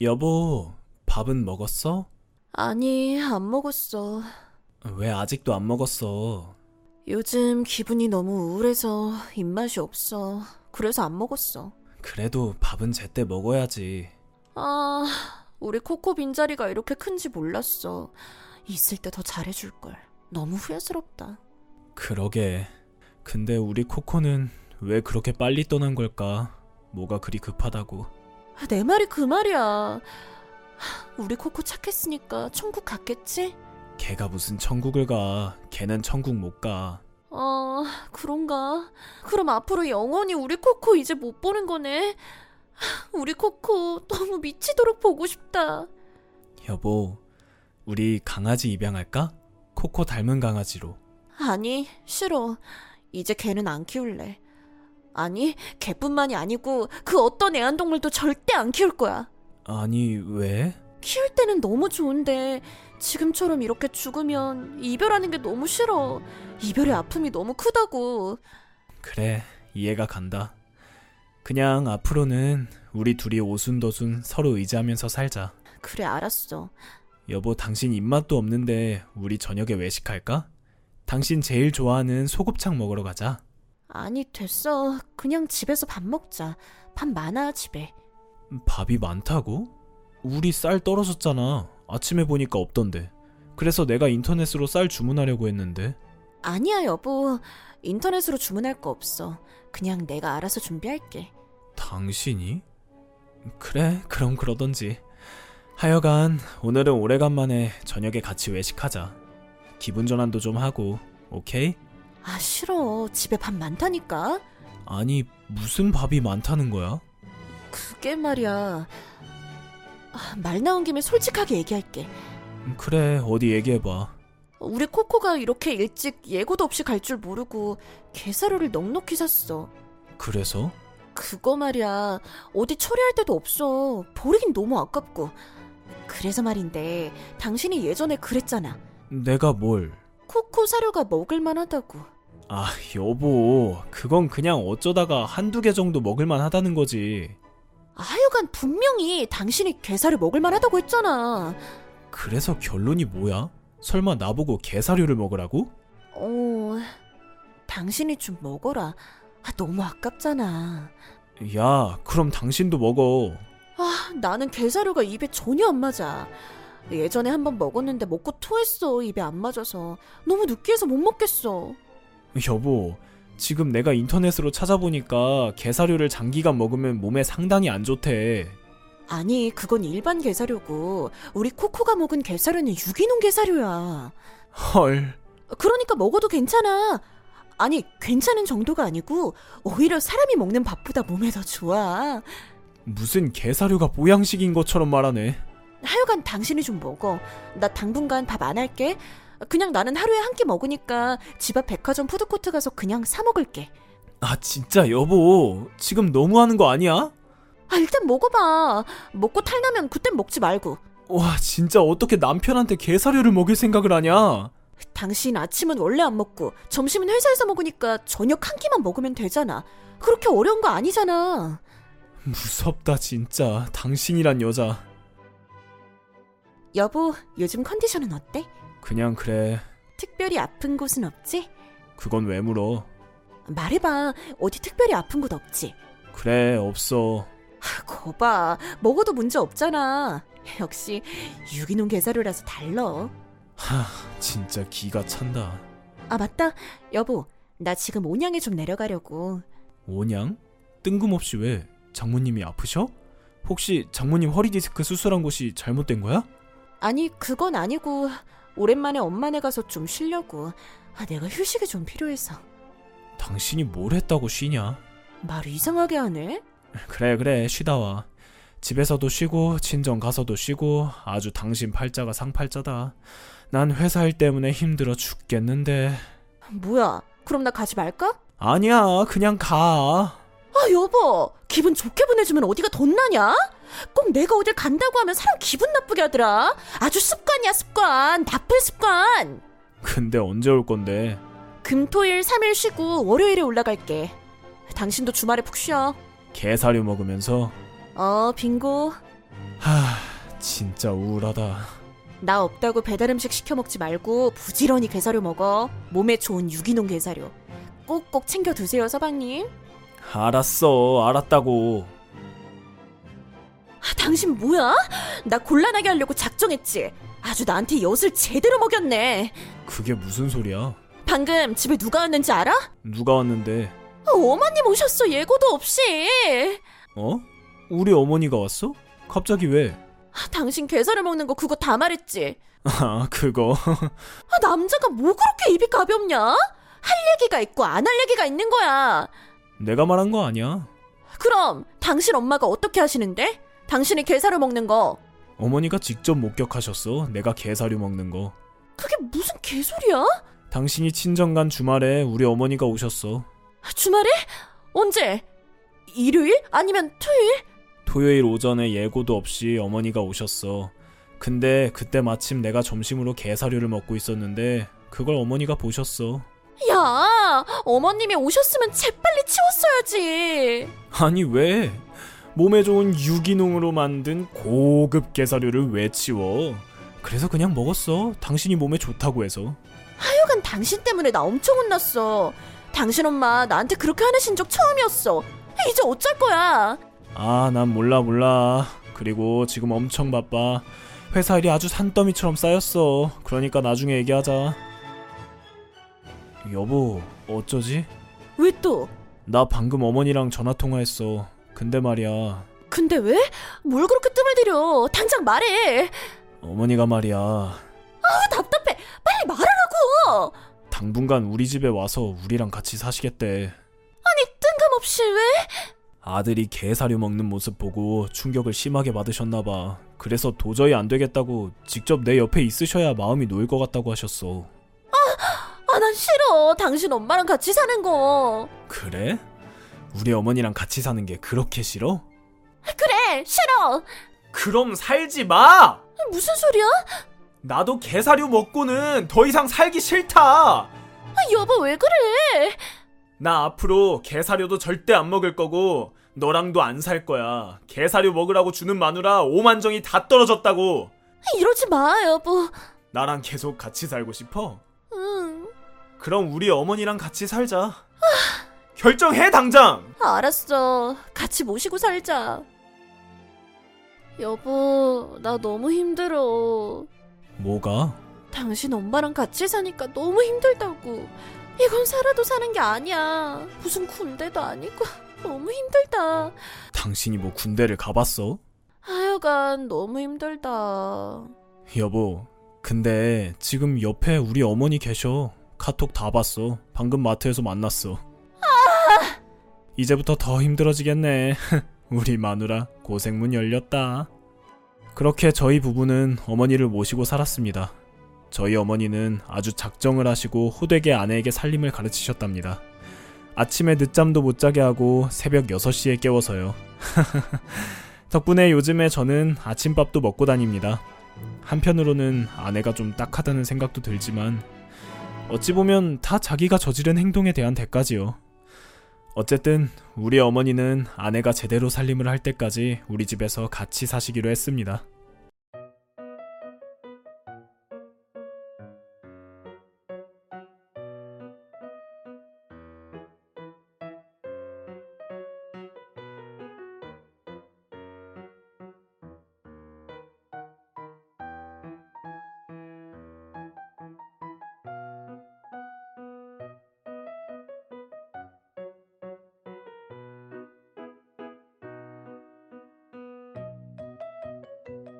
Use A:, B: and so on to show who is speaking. A: 여보, 밥은 먹었어?
B: 아니, 안 먹었어.
A: 왜 아직도 안 먹었어?
B: 요즘 기분이 너무 우울해서 입맛이 없어. 그래서 안 먹었어.
A: 그래도 밥은 제때 먹어야지.
B: 아, 우리 코코 빈자리가 이렇게 큰지 몰랐어. 있을 때 더 잘해줄걸. 너무 후회스럽다.
A: 그러게. 근데 우리 코코는 왜 그렇게 빨리 떠난 걸까? 뭐가 그리 급하다고.
B: 내 말이 그 말이야. 우리 코코 착했으니까 천국 갔겠지?
A: 걔가 무슨 천국을 가. 걔는 천국 못 가.
B: 어, 그런가? 그럼 앞으로 영원히 우리 코코 이제 못 보는 거네? 우리 코코 너무 미치도록 보고 싶다.
A: 여보, 우리 강아지 입양할까? 코코 닮은 강아지로.
B: 아니, 싫어. 이제 걔는 안 키울래. 아니, 걔뿐만이 아니고 그 어떤 애완동물도 절대 안 키울 거야.
A: 아니, 왜?
B: 키울 때는 너무 좋은데 지금처럼 이렇게 죽으면 이별하는 게 너무 싫어. 이별의 아픔이 너무 크다고.
A: 그래, 이해가 간다. 그냥 앞으로는 우리 둘이 오순도순 서로 의지하면서 살자.
B: 그래, 알았어.
A: 여보, 당신 입맛도 없는데 우리 저녁에 외식할까? 당신 제일 좋아하는 소곱창 먹으러 가자.
B: 아니, 됐어. 그냥 집에서 밥 먹자. 밥 많아, 집에.
A: 밥이 많다고? 우리 쌀 떨어졌잖아. 아침에 보니까 없던데. 그래서 내가 인터넷으로 쌀 주문하려고 했는데.
B: 아니야, 여보. 인터넷으로 주문할 거 없어. 그냥 내가 알아서 준비할게.
A: 당신이? 그래, 그럼 그러던지. 하여간 오늘은 오래간만에 저녁에 같이 외식하자. 기분 전환도 좀 하고, 오케이?
B: 아, 싫어. 집에 밥 많다니까.
A: 아니, 무슨 밥이 많다는 거야?
B: 그게 말이야. 아, 말 나온 김에 솔직하게 얘기할게.
A: 그래, 어디 얘기해봐.
B: 우리 코코가 이렇게 일찍 예고도 없이 갈 줄 모르고 게사료를 넉넉히 샀어.
A: 그래서?
B: 그거 말이야. 어디 처리할 데도 없어. 버리긴 너무 아깝고. 그래서 말인데 당신이 예전에 그랬잖아.
A: 내가 뭘?
B: 코코 사료가 먹을 만하다고.
A: 아, 여보. 그건 그냥 어쩌다가 한두 개 정도 먹을만 하다는 거지.
B: 하여간 분명히 당신이 게사를 먹을 만하다고 했잖아.
A: 그래서 결론이 뭐야? 설마 나보고 게사료를 먹으라고?
B: 어, 당신이 좀 먹어라. 아, 너무 아깝잖아.
A: 야, 그럼 당신도 먹어.
B: 나는 게사료가 입에 전혀 안 맞아. 예전에 한 번 먹었는데 먹고 토했어. 입에 안 맞아서. 너무 느끼해서 못 먹겠어.
A: 여보, 지금 내가 인터넷으로 찾아보니까 게사료를 장기간 먹으면 몸에 상당히 안 좋대.
B: 아니, 그건 일반 게사료고 우리 코코가 먹은 게사료는 유기농 게사료야.
A: 헐.
B: 그러니까 먹어도 괜찮아. 아니, 괜찮은 정도가 아니고 오히려 사람이 먹는 밥보다 몸에 더 좋아.
A: 무슨 게사료가 보양식인 것처럼 말하네.
B: 하여간 당신이 좀 먹어. 나 당분간 밥 안 할게. 그냥 나는 하루에 한 끼 먹으니까 집 앞 백화점 푸드코트 가서 그냥 사 먹을게.
A: 아, 진짜 여보. 지금 너무하는 거 아니야?
B: 아, 일단 먹어봐. 먹고 탈나면 그땐 먹지 말고.
A: 와, 진짜 어떻게 남편한테 게사료를 먹일 생각을 하냐?
B: 당신 아침은 원래 안 먹고, 점심은 회사에서 먹으니까 저녁 한 끼만 먹으면 되잖아. 그렇게 어려운 거 아니잖아.
A: 무섭다, 진짜. 당신이란 여자.
B: 여보, 요즘 컨디션은 어때?
A: 그냥 그래.
B: 특별히 아픈 곳은 없지?
A: 그건 왜 물어?
B: 말해봐. 어디 특별히 아픈 곳 없지?
A: 그래, 없어.
B: 아, 거봐. 먹어도 문제 없잖아. 역시, 유기농 게사료라서 달러.
A: 진짜 기가 찬다.
B: 아, 맞다. 여보, 나 지금 온양에 좀 내려가려고.
A: 오냥? 뜬금없이 왜? 장모님이 아프셔? 혹시 장모님 허리 디스크 수술한 곳이 잘못된 거야?
B: 아니 그건 아니고 오랜만에 엄마네 가서 좀 쉬려고 아 내가 휴식이 좀 필요해서
A: 당신이 뭘 했다고 쉬냐?
B: 말 이상하게 하네
A: 그래 그래 쉬다 와. 집에서도 쉬고 친정 가서도 쉬고 아주 당신 팔자가 상팔자다. 난 회사 일 때문에 힘들어 죽겠는데.
B: 뭐야 그럼 나 가지 말까?
A: 아니야 그냥 가.
B: 아 여보 기분 좋게 보내주면 어디가 덧나냐? 꼭 내가 어딜 간다고 하면 사람 기분 나쁘게 하더라 아주 습관이야 습관 나쁜 습관
A: 근데 언제 올 건데?
B: 금토일 3일 쉬고 월요일에 올라갈게 당신도 주말에 푹 쉬어
A: 게사료 먹으면서
B: 어 빙고
A: 하, 진짜 우울하다.
B: 나 없다고 배달 음식 시켜 먹지 말고 부지런히 게사료 먹어. 몸에 좋은 유기농 게사료. 꼭꼭 챙겨 드세요, 서방님.
A: 알았어, 알았다고.
B: 아, 당신 뭐야? 나 곤란하게 하려고 작정했지. 아주 나한테 엿을 제대로 먹였네.
A: 그게 무슨 소리야?
B: 방금 집에 누가 왔는지 알아?
A: 누가 왔는데?
B: 아, 어머님 오셨어 예고도 없이.
A: 어? 우리 어머니가 왔어? 갑자기 왜?
B: 아, 당신 게사료 먹는 거 그거 다 말했지.
A: 아, 그거.
B: 아, 남자가 뭐 그렇게 입이 가볍냐? 할 얘기가 있고 안 할 얘기가 있는 거야.
A: 내가 말한 거 아니야.
B: 그럼 당신 엄마가 어떻게 하시는데? 당신이 게사료 먹는 거
A: 어머니가 직접 목격하셨어. 내가 게사료 먹는 거.
B: 그게 무슨 개소리야?
A: 당신이 친정 간 주말에 우리 어머니가 오셨어.
B: 주말에? 언제? 일요일? 아니면 토요일?
A: 토요일 오전에 예고도 없이 어머니가 오셨어. 근데 그때 마침 내가 점심으로 게사료를 먹고 있었는데 그걸 어머니가 보셨어.
B: 야, 어머님이 오셨으면 재빨리 치웠어야지.
A: 아니 왜? 몸에 좋은 유기농으로 만든 고급 게사료를 왜 치워? 그래서 그냥 먹었어. 당신이 몸에 좋다고 해서.
B: 하여간 당신 때문에 나 엄청 혼났어. 당신 엄마 나한테 그렇게 화내신 적 처음이었어. 이제 어쩔 거야?
A: 아, 난 몰라 몰라. 그리고 지금 엄청 바빠. 회사 일이 아주 산더미처럼 쌓였어. 그러니까 나중에 얘기하자. 여보, 어쩌지?
B: 왜 또?
A: 나 방금 어머니랑 전화 통화했어. 근데 말이야,
B: 근데 왜? 뭘 그렇게 뜸을 들여? 당장 말해.
A: 어머니가 말이야,
B: 아, 답답해. 빨리 말하라고.
A: 당분간 우리 집에 와서 우리랑 같이 사시겠대.
B: 뜬금없이 왜?
A: 아들이 개사료 먹는 모습 보고 충격을 심하게 받으셨나봐. 그래서 도저히 안 되겠다고 직접 내 옆에 있으셔야 마음이 놓일 것 같다고 하셨어.
B: 아, 난 싫어. 당신 엄마랑 같이 사는 거.
A: 그래? 우리 어머니랑 같이 사는 게 그렇게 싫어?
B: 그래, 싫어.
A: 그럼 살지 마!
B: 무슨 소리야?
A: 나도 개사료 먹고는 더 이상 살기 싫다!
B: 아, 여보 왜 그래?
A: 나 앞으로 개사료도 절대 안 먹을 거고 너랑도 안 살 거야. 개사료 먹으라고 주는 마누라 오만정이 다 떨어졌다고.
B: 이러지 마, 여보.
A: 나랑 계속 같이 살고 싶어?
B: 응,
A: 그럼 우리 어머니랑 같이 살자. 결정해 당장.
B: 알았어. 같이 모시고 살자. 여보, 나 너무 힘들어.
A: 뭐가?
B: 당신 엄마랑 같이 사니까 너무 힘들다고. 이건 살아도 사는 게 아니야. 무슨 군대도 아니고. 너무 힘들다.
A: 당신이 뭐 군대를 가봤어?
B: 하여간 너무 힘들다.
A: 여보, 근데 지금 옆에 우리 어머니 계셔. 카톡 다 봤어. 방금 마트에서 만났어. 이제부터 더 힘들어지겠네. 우리 마누라 고생문 열렸다. 그렇게 저희 부부는 어머니를 모시고 살았습니다. 저희 어머니는 아주 작정을 하시고 호되게 아내에게 살림을 가르치셨답니다. 아침에 늦잠도 못 자게 하고 새벽 6시에 깨워서요. 덕분에 요즘에 저는 아침밥도 먹고 다닙니다. 한편으로는 아내가 좀 딱하다는 생각도 들지만 어찌 보면 다 자기가 저지른 행동에 대한 대가지요. 어쨌든 우리 어머니는 아내가 제대로 살림을 할 때까지 우리 집에서 같이 사시기로 했습니다.